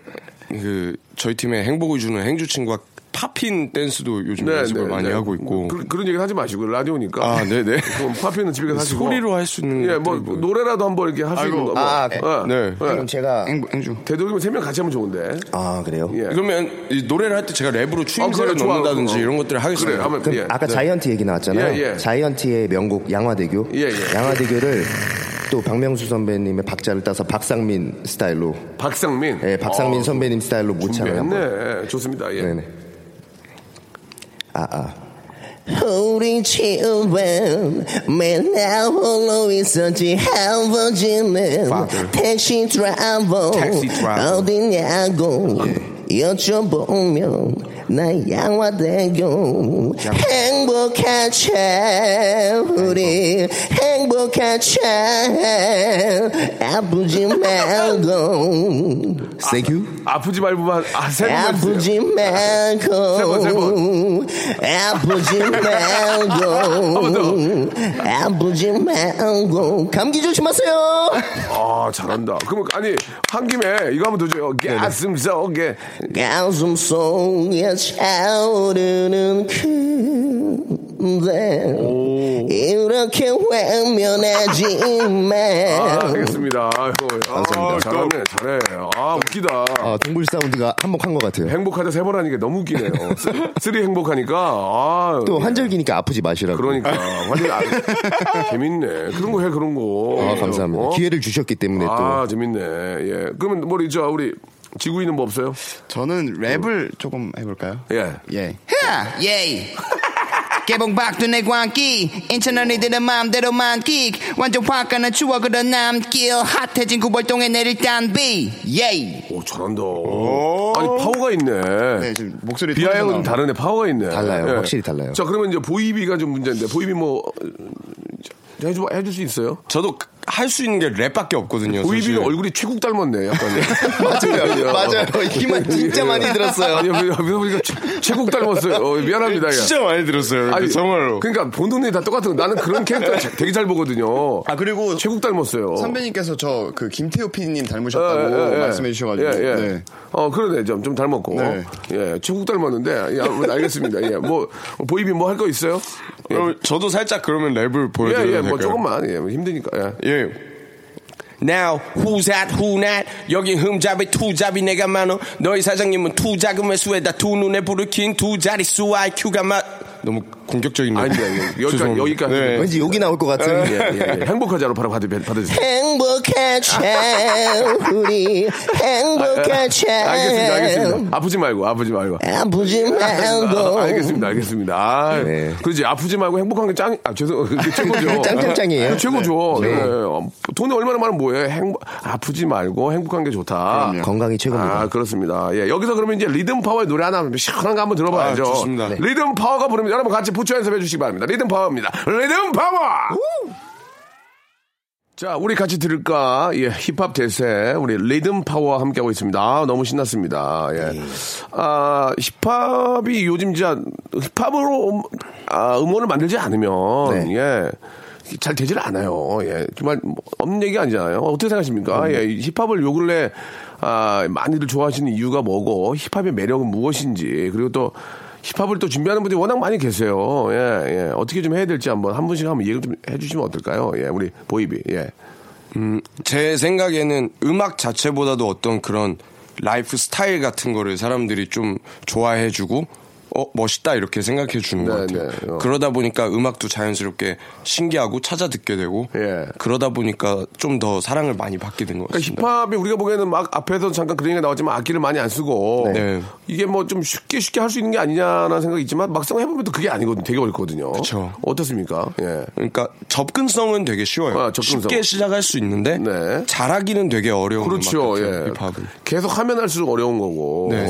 Speaker 1: 그 저희 팀에 행복을 주는 행주 친구가 팝핀 댄스도
Speaker 3: 네,
Speaker 1: 요즘 연습을 많이 하고 있고.
Speaker 3: 그, 그런 얘기는 하지 마시고 라디오니까
Speaker 1: 아, 네네.
Speaker 3: 그럼 파피는 집에 가서 하시고.
Speaker 1: 소리로 할 수 있는
Speaker 3: 예, 뭐,
Speaker 1: 것들이 뭐-
Speaker 3: 노래라도 한번 이렇게 할 수 있는 거. 뭐.
Speaker 5: 아,
Speaker 3: 예.
Speaker 1: 네.
Speaker 5: 그럼 제가
Speaker 6: 행- 행주
Speaker 3: 되도록이면 세 명 같이 하면 좋은데.
Speaker 5: 아 그래요.
Speaker 3: 예.
Speaker 1: 그러면 이 노래를 할 때 제가 랩으로
Speaker 3: 아,
Speaker 1: 추임새를
Speaker 3: 좋아,
Speaker 1: 넣는다든지
Speaker 3: 그거.
Speaker 1: 이런 것들을 하겠습니다.
Speaker 3: 그래, 한번
Speaker 5: 그럼
Speaker 3: 예.
Speaker 5: 아까 자이언트 얘기 나왔잖아요.
Speaker 3: 예, 예.
Speaker 5: 자이언트의 명곡 양화대교.
Speaker 3: 예, 예.
Speaker 5: 양화대교를 또 박명수 선배님의 박자를 따서 박상민 스타일로,
Speaker 3: 네. 박상민.
Speaker 5: 예, 박상민 선배님 스타일로 모창을 한번.
Speaker 3: 어, 준비했네. 예, 좋습니다. 예.
Speaker 5: 네네. 아, 아. 우리 집은 맨날 홀로 있었지 할아버지는 택시 드라이버
Speaker 1: 택시 드라이버.
Speaker 5: 어디냐고 여쭤보면 나 양화대교 행복하자 우리 행복하자 아프지 말고 세규
Speaker 3: 아프지 말고만, 아, 세 명.
Speaker 5: 아프지
Speaker 3: 번, 세
Speaker 5: 말고 아프지
Speaker 3: 한번
Speaker 5: 말고 아프지 말고 감기 조심하세요
Speaker 3: 아, 잘한다. 그럼, 아니, 한 김에 이거 한번 도줘요. 가슴 속에.
Speaker 5: 가슴 속에 차오르는 그대 이렇게
Speaker 3: 아,
Speaker 5: 외면하지만
Speaker 3: 알겠습니다. 아이고, 아,
Speaker 5: 감사합니다.
Speaker 3: 잘하네, 잘해. 아, 웃기다.
Speaker 5: 동굴 사운드가 한몫한 것 같아요
Speaker 3: 행복하다 세 번 하니까 너무 웃기네요. 쓰- 쓰리 행복하니까, 아.
Speaker 5: 또 환절기니까 아프지 마시라고
Speaker 3: 그러니까 완전 아, 재밌네. 그런 거 해 그런 거.
Speaker 5: 아, 감사합니다
Speaker 3: 어?
Speaker 5: 기회를 주셨기 때문에 또
Speaker 3: 아 재밌네. 예. 그러면 뭐 이제 우리 지구인은 뭐 없어요?
Speaker 6: 저는 랩을 조금 해볼까요?
Speaker 3: 예.
Speaker 6: 예. 하! 예이! 개봉박도 내 광기 인천 언니들은 마음대로 만끽 완전 화가는 추억으로 남길 핫해진 구월동에 내릴 단비 예이
Speaker 3: 오 잘한다. 아니 파워가 있네.
Speaker 6: 네 지금 목소리
Speaker 3: 비하하고 좀
Speaker 6: 톤에서
Speaker 3: 다르네. 파워가 있네. 예.
Speaker 5: 달라요. 확실히 달라요.
Speaker 3: 자 그러면 이제 보이비가 좀 문제인데 보이비 뭐 어, 해줄 해줄 수 있어요?
Speaker 1: 저도 할 수 있는 게 랩밖에 없거든요.
Speaker 3: 보이비는
Speaker 1: 아, 사실.
Speaker 3: 그 얼굴이 최국 닮았네. 약간. 어.
Speaker 5: 맞아요 맞아요 이만 진짜 많이 들었어요
Speaker 3: 아니 옆에서 보니까 최- 최국 닮았어요. 어, 미안합니다. 야.
Speaker 1: 진짜 많이 들었어요.
Speaker 3: 아니,
Speaker 1: 정말로.
Speaker 3: 그러니까 보는 눈이 다 똑같은 거. 나는 그런 캐릭터 자- 되게 잘 보거든요.
Speaker 6: 아, 그리고
Speaker 3: 최국 닮았어요.
Speaker 6: 선배님께서 저 그 김태호 PD님
Speaker 3: 예,
Speaker 6: 닮으셨다고
Speaker 3: 예, 예.
Speaker 6: 말씀해 주셔가지고
Speaker 3: 예, 예.
Speaker 6: 네.
Speaker 3: 어 그러네 좀 좀 닮았고
Speaker 6: 네.
Speaker 3: 예 최국 닮았는데 예, 아무튼 알겠습니다 예뭐 보이비 뭐 할 거 있어요
Speaker 1: 그럼 저도 살짝 그러면 랩을 보여드려도
Speaker 3: 예예
Speaker 1: 될까요?
Speaker 3: 뭐 조금만 예, 뭐 힘드니까 예.
Speaker 1: 예. Now who's that who not 여기 흠잡이 투잡이 내가 많어 너희 사장님은 투자금 회수에다 두 눈에 부르킨 두 자릿수 IQ가 맞 너무 공격적인
Speaker 3: 아니, 아니, 여기까지,
Speaker 1: 죄송합니다.
Speaker 3: 여기까지.
Speaker 1: 네.
Speaker 5: 왠지 여기 나올 것 같은.
Speaker 3: 예, 예, 예. 행복하자로 바로 받으, 받으세요.
Speaker 6: 행복하자 우리 행복하자
Speaker 3: 아, 예. 알겠습니다, 알겠습니다. 아프지 말고, 아프지 말고.
Speaker 6: 아프지
Speaker 3: 아,
Speaker 6: 말고
Speaker 3: 알겠습니다, 알겠습니다. 아,
Speaker 5: 네.
Speaker 3: 그렇지. 아프지 말고 행복한 게 짱, 아, 죄송, 그게 최고죠.
Speaker 5: 짱짱짱이에요.
Speaker 3: 네, 최고죠.
Speaker 5: 네.
Speaker 3: 네.
Speaker 5: 네.
Speaker 3: 어, 돈이 얼마나 많으면 뭐해. 행복, 아프지 말고 행복한 게 좋다.
Speaker 5: 그럼요. 건강이 최고입니다.
Speaker 3: 아, 그렇습니다. 예, 여기서 그러면 이제 리듬 파워의 노래 하나, 시원한 거 한번 들어봐야죠.
Speaker 1: 아, 좋습니다. 네.
Speaker 3: 리듬 파워가 부릅니다. 여러분 같이 부처 연습해 주시기 바랍니다. 리듬 파워입니다. 리듬 파워! 자, 우리 같이 들을까? 예, 힙합 대세, 우리 리듬 파워와 함께하고 있습니다. 아, 너무 신났습니다. 예. 아, 힙합이 요즘 진짜 힙합으로 음, 아, 음원을 만들지 않으면,
Speaker 5: 네.
Speaker 3: 예. 잘 되질 않아요. 예. 정말 뭐 없는 얘기 아니잖아요. 어떻게 생각하십니까? 예. 이 힙합을 요 근래 아, 많이들 좋아하시는 이유가 뭐고 힙합의 매력은 무엇인지 그리고 또 힙합을 또 준비하는 분들이 워낙 많이 계세요. 예, 예. 어떻게 좀 해야 될지 한번 한 분씩 한번 얘기 좀 해주시면 어떨까요? 예, 우리 보이비. 예.
Speaker 1: 음, 제 생각에는 음악 자체보다도 어떤 그런 라이프 스타일 같은 거를 사람들이 좀 좋아해주고 어 멋있다 이렇게 생각해 주는 것
Speaker 3: 네,
Speaker 1: 같아요.
Speaker 3: 네, 어.
Speaker 1: 그러다 보니까 음악도 자연스럽게 신기하고 찾아 듣게 되고
Speaker 3: 예.
Speaker 1: 그러다 보니까 좀 더 사랑을 많이 받게 된 것 같습니다.
Speaker 3: 그러니까 힙합이 우리가 보기에는 막 앞에서 잠깐 그런 얘기가 나왔지만 악기를 많이 안 쓰고
Speaker 1: 네.
Speaker 3: 이게 뭐 좀 쉽게 쉽게 할 수 있는 게 아니냐라는 생각이 있지만 막상 해보면 또 그게 아니거든요. 되게 어렵거든요.
Speaker 1: 그쵸.
Speaker 3: 어떻습니까? 예.
Speaker 1: 그러니까 접근성은 되게 쉬워요.
Speaker 3: 아, 접근성.
Speaker 1: 쉽게 시작할 수 있는데
Speaker 3: 네.
Speaker 1: 잘하기는 되게 어려운
Speaker 3: 그렇죠.
Speaker 1: 음악 같아요.
Speaker 3: 예.
Speaker 1: 힙합은.
Speaker 3: 계속 하면 할수록 어려운 거고.
Speaker 1: 네,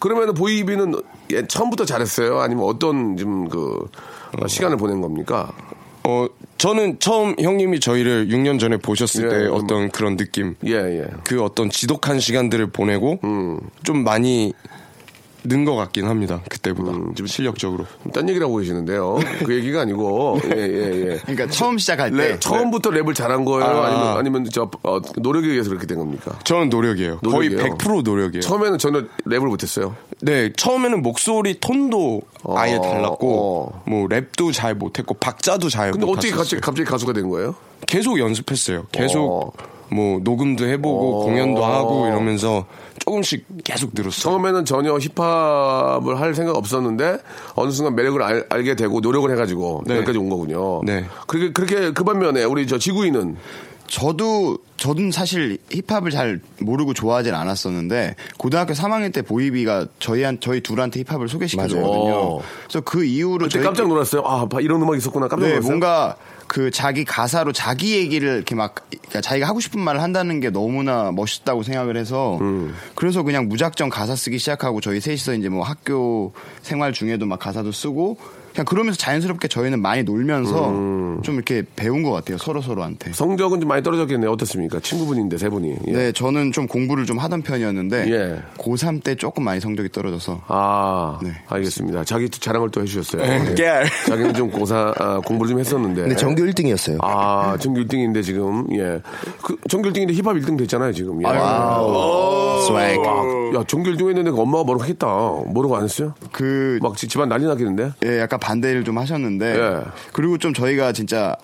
Speaker 3: 그러면 보이비는 예, 처음부터 잘했어요? 아니면 어떤 좀 그 시간을 보낸 겁니까?
Speaker 1: 어 저는 처음 형님이 저희를 6년 전에 보셨을
Speaker 3: 예,
Speaker 1: 때
Speaker 3: 음.
Speaker 1: 어떤 그런 느낌
Speaker 3: 예, 예.
Speaker 1: 그 어떤 지독한 시간들을 보내고
Speaker 3: 음.
Speaker 1: 좀 많이 는 것 같긴 합니다. 그때보다
Speaker 3: 음,
Speaker 1: 좀 실력적으로.
Speaker 3: 딴 얘기를 하고 계시는데요. 그 얘기가 아니고. 예, 예, 예.
Speaker 5: 그러니까 처음 시작할
Speaker 3: 랩, 처음부터 랩을 잘한 거예요?
Speaker 1: 아.
Speaker 3: 아, 니면 아니면 저 어, 노력에 의해서 그렇게 된 겁니까?
Speaker 1: 저는 노력이에요. 거의
Speaker 3: 노력이에요?
Speaker 1: 100% 노력이에요.
Speaker 3: 처음에는 저는 랩을 못했어요.
Speaker 1: 네, 처음에는 목소리 톤도 아예
Speaker 3: 어,
Speaker 1: 달랐고,
Speaker 3: 어.
Speaker 1: 뭐 랩도 잘 못했고, 박자도 잘
Speaker 3: 근데 어떻게 갑자기,
Speaker 1: 못했어요.
Speaker 3: 갑자기 가수가 된 거예요?
Speaker 1: 계속 연습했어요. 계속
Speaker 3: 어.
Speaker 1: 뭐 녹음도 해보고
Speaker 3: 어.
Speaker 1: 공연도 하고 이러면서 조금씩 계속 늘었어요.
Speaker 3: 처음에는 전혀 힙합을 할 생각 없었는데 어느 순간 매력을 알, 게 되고 노력을 해가지고
Speaker 1: 네.
Speaker 3: 여기까지 온 거군요.
Speaker 1: 네.
Speaker 3: 그렇게 그렇게 그 반면에 우리 저 지구인은
Speaker 7: 저도 저는 사실 힙합을 잘 모르고 좋아하진 않았었는데 고등학교 3학년 때 보이비가 저희한 저희 둘한테 힙합을
Speaker 3: 맞아요. 어.
Speaker 7: 소개시켜줬거든요. 그래서 그 이후로
Speaker 3: 그때
Speaker 7: 저희
Speaker 3: 깜짝 놀랐어요. 아 봐, 이런 음악 이 있었구나 깜짝
Speaker 7: 네,
Speaker 3: 놀랐어요.
Speaker 7: 뭔가 그 자기 가사로 자기 얘기를 이렇게 막 그러니까 자기가 하고 싶은 말을 한다는 게 너무나 멋있다고 생각을 해서
Speaker 3: 음.
Speaker 7: 그래서 그냥 무작정 가사 쓰기 시작하고 저희 셋이서 이제 뭐 학교 생활 중에도 막 가사도 쓰고 그냥 그러면서 자연스럽게 저희는 많이 놀면서
Speaker 3: 음.
Speaker 7: 좀 이렇게 배운 것 같아요 서로 서로한테.
Speaker 3: 성적은 좀 많이 떨어졌겠네요. 어떻습니까? 친구분인데 세 분이. 예.
Speaker 7: 네, 저는 좀 공부를 좀 하던
Speaker 5: 네.
Speaker 7: 편이었는데
Speaker 3: 예.
Speaker 7: 고3 때 조금 많이 성적이 떨어져서
Speaker 3: 아,
Speaker 7: 네.
Speaker 3: 알겠습니다. 자기 또 자랑을 또 해주셨어요. 예.
Speaker 1: 깨알.
Speaker 3: 자기는 좀 고사 아, 공부를 좀 했었는데.
Speaker 5: 근데 전교 1등이었어요.
Speaker 3: 아, 전교 1등인데 지금 예, 그 전교 1등인데 힙합 1등 됐잖아요 지금. 예.
Speaker 7: 어, 스웩.
Speaker 3: 야, 전교 1등 했는데 그 엄마가 뭐라고 했다. 뭐라고 안 했어요?
Speaker 7: 그
Speaker 3: 막 지- 집안 난리 났겠는데?
Speaker 7: 예, 약간 반대를 좀 하셨는데
Speaker 3: 예.
Speaker 7: 그리고 좀 저희가 진짜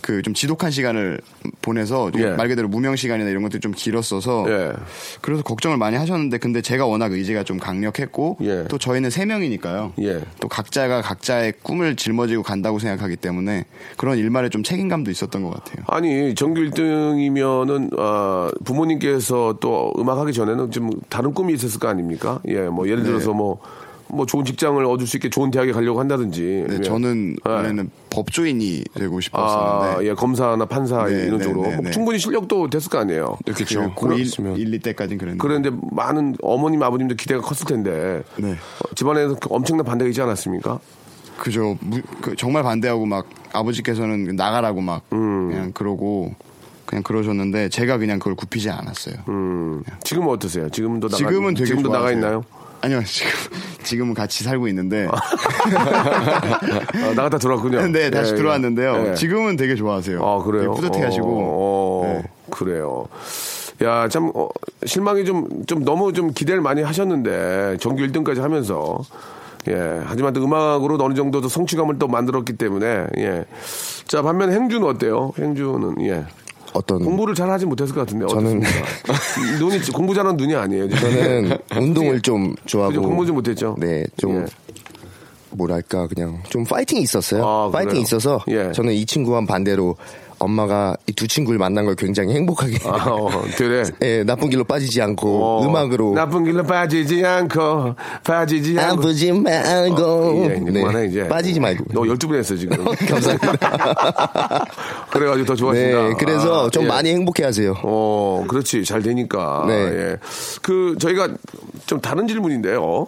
Speaker 7: 그 좀 지독한 시간을 보내서 좀
Speaker 3: 예.
Speaker 7: 말 그대로 무명 시간이나 이런 것들이 좀 길었어서
Speaker 3: 예.
Speaker 7: 그래서 걱정을 많이 하셨는데 근데 제가 워낙 의지가 좀 강력했고
Speaker 3: 예.
Speaker 7: 또 저희는 세 명이니까요.
Speaker 3: 예.
Speaker 7: 또 각자가 각자의 꿈을 짊어지고 간다고 생각하기 때문에 그런 일말의 좀 책임감도 있었던 것 같아요.
Speaker 3: 아니, 전교 1등이면은, 아, 부모님께서 또 음악하기 전에는 좀 다른 꿈이 있었을 거 아닙니까? 예, 뭐, 예를
Speaker 7: 네.
Speaker 3: 들어서 뭐, 뭐 좋은 직장을 얻을 수 있게 좋은 대학에 가려고 한다든지.
Speaker 7: 네,
Speaker 3: 예.
Speaker 7: 저는
Speaker 3: 예.
Speaker 7: 원래는 법조인이 되고
Speaker 3: 아,
Speaker 7: 싶었었는데
Speaker 3: 예, 검사나 판사
Speaker 7: 네,
Speaker 3: 이런
Speaker 7: 네,
Speaker 3: 쪽으로. 뭐
Speaker 7: 네, 네.
Speaker 3: 충분히 실력도 됐을 거 아니에요. 예,
Speaker 1: 그렇죠.
Speaker 7: 고1 1, 2때까지는 그랬는데
Speaker 3: 그런데 많은 어머님, 아버님도 기대가 컸을 텐데.
Speaker 7: 네.
Speaker 3: 어, 집안에서 엄청난 반대가 있지 않았습니까?
Speaker 7: 그죠 무- 그 정말 반대하고 막 아버지께서는 나가라고 막
Speaker 3: 음.
Speaker 7: 그냥 그러고 그냥 그러셨는데 제가 그냥 그걸 굽히지 않았어요.
Speaker 3: 음. 지금은 어떠세요? 지금도 나가,
Speaker 7: 지금은 되게
Speaker 3: 지금도 나가
Speaker 7: 좋아하세요.
Speaker 3: 있나요?
Speaker 7: 아니요 지금 지금은 같이 살고 있는데
Speaker 3: 아, 나갔다 들어왔군요.
Speaker 7: 네 다시
Speaker 3: 예, 예.
Speaker 7: 들어왔는데요.
Speaker 3: 예.
Speaker 7: 지금은 되게 좋아하세요.
Speaker 3: 아 그래요?
Speaker 7: 되게 네, 뿌듯해하시고
Speaker 3: 어, 어,
Speaker 7: 네.
Speaker 3: 그래요. 야 참 어, 실망이 좀 좀 너무 좀 기대를 많이 하셨는데 정규 1등까지 하면서 예 하지만 또 음악으로 어느 정도 또 성취감을 또 만들었기 때문에 예자 반면 행주는 어때요? 행주는 예.
Speaker 5: 어떤
Speaker 3: 공부를 잘 하지 못했을 것 같은데
Speaker 5: 저는-
Speaker 3: 어떻습니까? 눈이 공부 잘하는 눈이 아니에요. 지금.
Speaker 5: 저는 운동을 좀
Speaker 3: 그죠? 예.
Speaker 5: 좋아하고
Speaker 3: 공부 좀 못했죠.
Speaker 5: 네, 좀
Speaker 3: 예.
Speaker 5: 뭐랄까 그냥 좀 파이팅이 있었어요.
Speaker 3: 아,
Speaker 5: 파이팅이
Speaker 3: 그래요?
Speaker 5: 있어서
Speaker 3: 예.
Speaker 5: 저는 이 친구와 반대로 엄마가 이 두 친구를 만난 걸 굉장히 행복하게
Speaker 3: 아, 어, 그래.
Speaker 5: 예, 나쁜 길로 빠지지 않고 음악으로
Speaker 3: 어, 나쁜 길로 빠지지 않고 빠지지 않고
Speaker 5: 아프지 말고
Speaker 3: 어, 예, 이제 그만해, 이제.
Speaker 5: 어, 네. 빠지지 말고
Speaker 3: 너 12분 했어 지금 감사합니다 그래가지고 더 좋아진다
Speaker 5: 네, 그래서
Speaker 3: 아,
Speaker 5: 좀
Speaker 3: 예.
Speaker 5: 많이 행복해하세요.
Speaker 3: 어, 그렇지. 잘 되니까.
Speaker 5: 네.
Speaker 3: 예. 그, 저희가 좀 다른 질문인데요.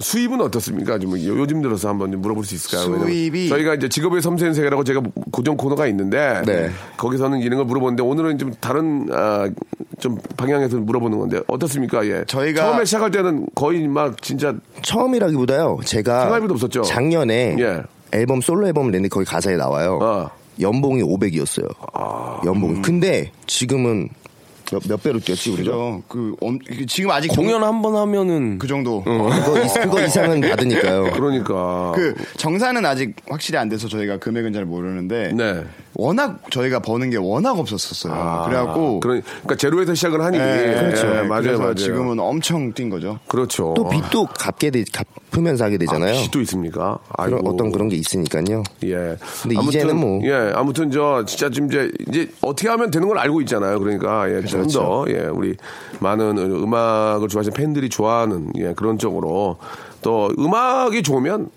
Speaker 3: 수입은 어떻습니까? 좀 요- 요즘 들어서 한번 좀 물어볼 수 있을까요? 왜냐면
Speaker 7: 수입이-
Speaker 3: 저희가 이제 직업의 섬세한 세계라고 제가 고정 코너가 있는데
Speaker 5: 네.
Speaker 3: 거기서는 이런 걸 물어보는데 오늘은 좀 다른 아, 좀 방향에서 물어보는 건데 어떻습니까? 예.
Speaker 7: 저희가-
Speaker 3: 처음에 시작할 때는 거의 막 진짜
Speaker 5: 처음이라기보다요. 제가
Speaker 3: 생활비도 없었죠?
Speaker 5: 작년에
Speaker 3: 예.
Speaker 5: 앨범 솔로 앨범을 냈는데 거기 가사에 나와요.
Speaker 3: 어. 아, 음.
Speaker 5: 연봉이 500이었어요. 연봉이. 근데 지금은 몇, 몇 배로 뛰었지 우리가?
Speaker 7: 그죠? 그, 엄- 그 지금 아직
Speaker 1: 공연
Speaker 7: 정-
Speaker 1: 한 번 하면은
Speaker 7: 그 정도.
Speaker 3: 어.
Speaker 5: 그거, 이-
Speaker 3: 아.
Speaker 5: 그거 이상은 받으니까요.
Speaker 3: 그러니까
Speaker 7: 그 정산은 아직 확실히 안 돼서 저희가 금액은 잘 모르는데
Speaker 3: 네.
Speaker 7: 워낙 저희가 버는 게 워낙 없었었어요.
Speaker 3: 아,
Speaker 7: 그래갖고
Speaker 3: 그러- 그러니까 제로에서 시작을 하니
Speaker 7: 예,
Speaker 3: 예,
Speaker 7: 예,
Speaker 3: 맞아요,
Speaker 7: 그래서
Speaker 3: 맞아요.
Speaker 7: 지금은 엄청 뛴 거죠.
Speaker 3: 그렇죠.
Speaker 5: 또 빚도 갚게 되, 갚으면서 하게 되잖아요.
Speaker 3: 아, 빚도 있습니까?
Speaker 5: 그런
Speaker 3: 아이고.
Speaker 5: 어떤 그런 게 있으니까요.
Speaker 3: 예.
Speaker 5: 근데 이제는 뭐.
Speaker 3: 예, 아무튼 저 진짜 지금 이제 이제 어떻게 하면 되는 걸 알고 있잖아요. 그러니까 예,
Speaker 5: 그렇죠,
Speaker 3: 좀 더 예, 우리 많은 음악을 좋아하시는 팬들이 좋아하는 예, 그런 쪽으로 또 음악이 좋으면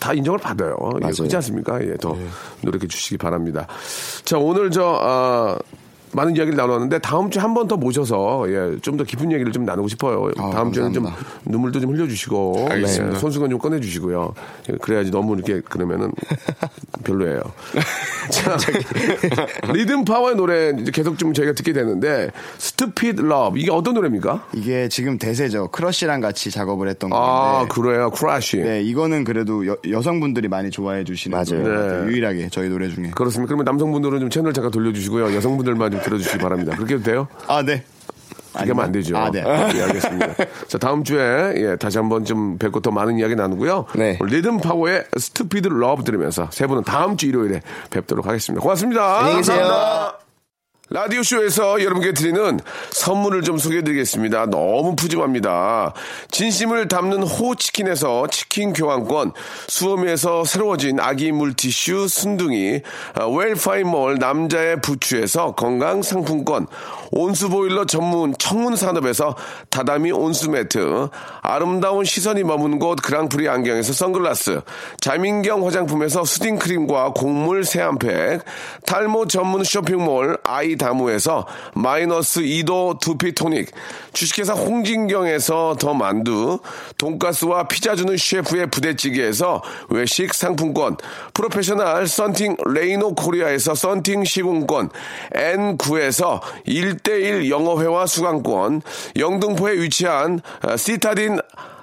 Speaker 3: 다 인정을 받아요. 예,
Speaker 5: 맞아요. 네.
Speaker 3: 그렇지 않습니까? 예, 더 노력해 주시기 바랍니다. 자, 오늘 저 아, 많은 이야기를 나눴는데 다음 주에 한 번 더 모셔서 예, 좀 더 깊은 얘기를 좀 나누고 싶어요.
Speaker 5: 아,
Speaker 3: 다음 주에는 좀 눈물도 좀 흘려주시고 예, 손수건 좀 꺼내주시고요. 예, 그래야지 너무 이렇게 그러면은 별로예요. 자, 리듬 파워의 노래 이제 계속 좀 저희가 듣게 되는데 스투피드 러브 이게 어떤 노래입니까?
Speaker 7: 이게 지금 대세죠. 크러쉬랑 같이 작업을 했던 건데.
Speaker 3: 아 그래요, 크라쉬.
Speaker 7: 네, 이거는 그래도 여, 성분들이 많이 좋아해 주시는
Speaker 5: 맞아요.
Speaker 7: 노래 같아요.
Speaker 3: 네.
Speaker 7: 유일하게 저희 노래 중에.
Speaker 3: 그렇습니다. 그러면 남성분들은 좀 채널 잠깐 돌려주시고요. 여성분들만 좀 들어주시기 바랍니다. 그렇게 해도 돼요?
Speaker 7: 아, 네.
Speaker 3: 그렇게 하면 안 되죠.
Speaker 7: 아, 네.
Speaker 3: 예, 알겠습니다. 자, 다음 주에 예, 다시 한번 좀 뵙고 더 많은 이야기 나누고요.
Speaker 5: 네.
Speaker 3: 리듬 파워의 스투피드 러브 들으면서 세 분은 다음 주 일요일에 뵙도록 하겠습니다. 고맙습니다.
Speaker 5: 안녕히 계세요.
Speaker 3: 감사합니다. 라디오쇼에서 여러분께 드리는 선물을 좀 소개해드리겠습니다. 너무 푸짐합니다. 진심을 담는 호치킨에서 치킨 교환권, 수험에서 새로워진 아기 물티슈 순둥이, 아, 웰파인몰 남자의 부추에서 건강 상품권, 온수보일러 전문 청운산업에서 다다미 온수매트, 아름다운 시선이 머문 곳 그랑프리 안경에서 선글라스, 자민경 화장품에서 수딩크림과 곡물 세안팩, 탈모 전문 쇼핑몰 아이다무에서 마이너스 2도 두피토닉, 주식회사 홍진경에서 더 만두, 돈가스와 피자 주는 셰프의 부대찌개에서 외식 상품권, 프로페셔널 썬팅 레이노 코리아에서 썬팅 시공권, N9에서 1대1 영어회화 수강권, 영등포에 위치한 아, 시타딘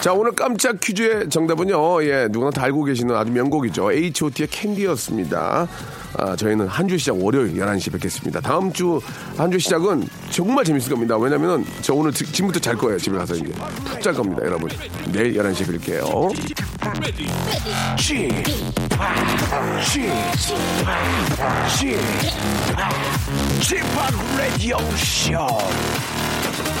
Speaker 3: 자 오늘 깜짝 퀴즈의 정답은요 예 누구나 다 알고 계시는 아주 명곡이죠 H.O.T의 캔디였습니다 아 저희는 한 주 시작 월요일 11시 뵙겠습니다 다음 주 한 주 시작은 정말 재밌을 겁니다 왜냐면은 저 오늘 지- 지금부터 잘 거예요 집에 가서 이제 푹 잘 겁니다 여러분 내일 11시에 뵐게요
Speaker 2: ready.
Speaker 4: 지팍 라디오 쇼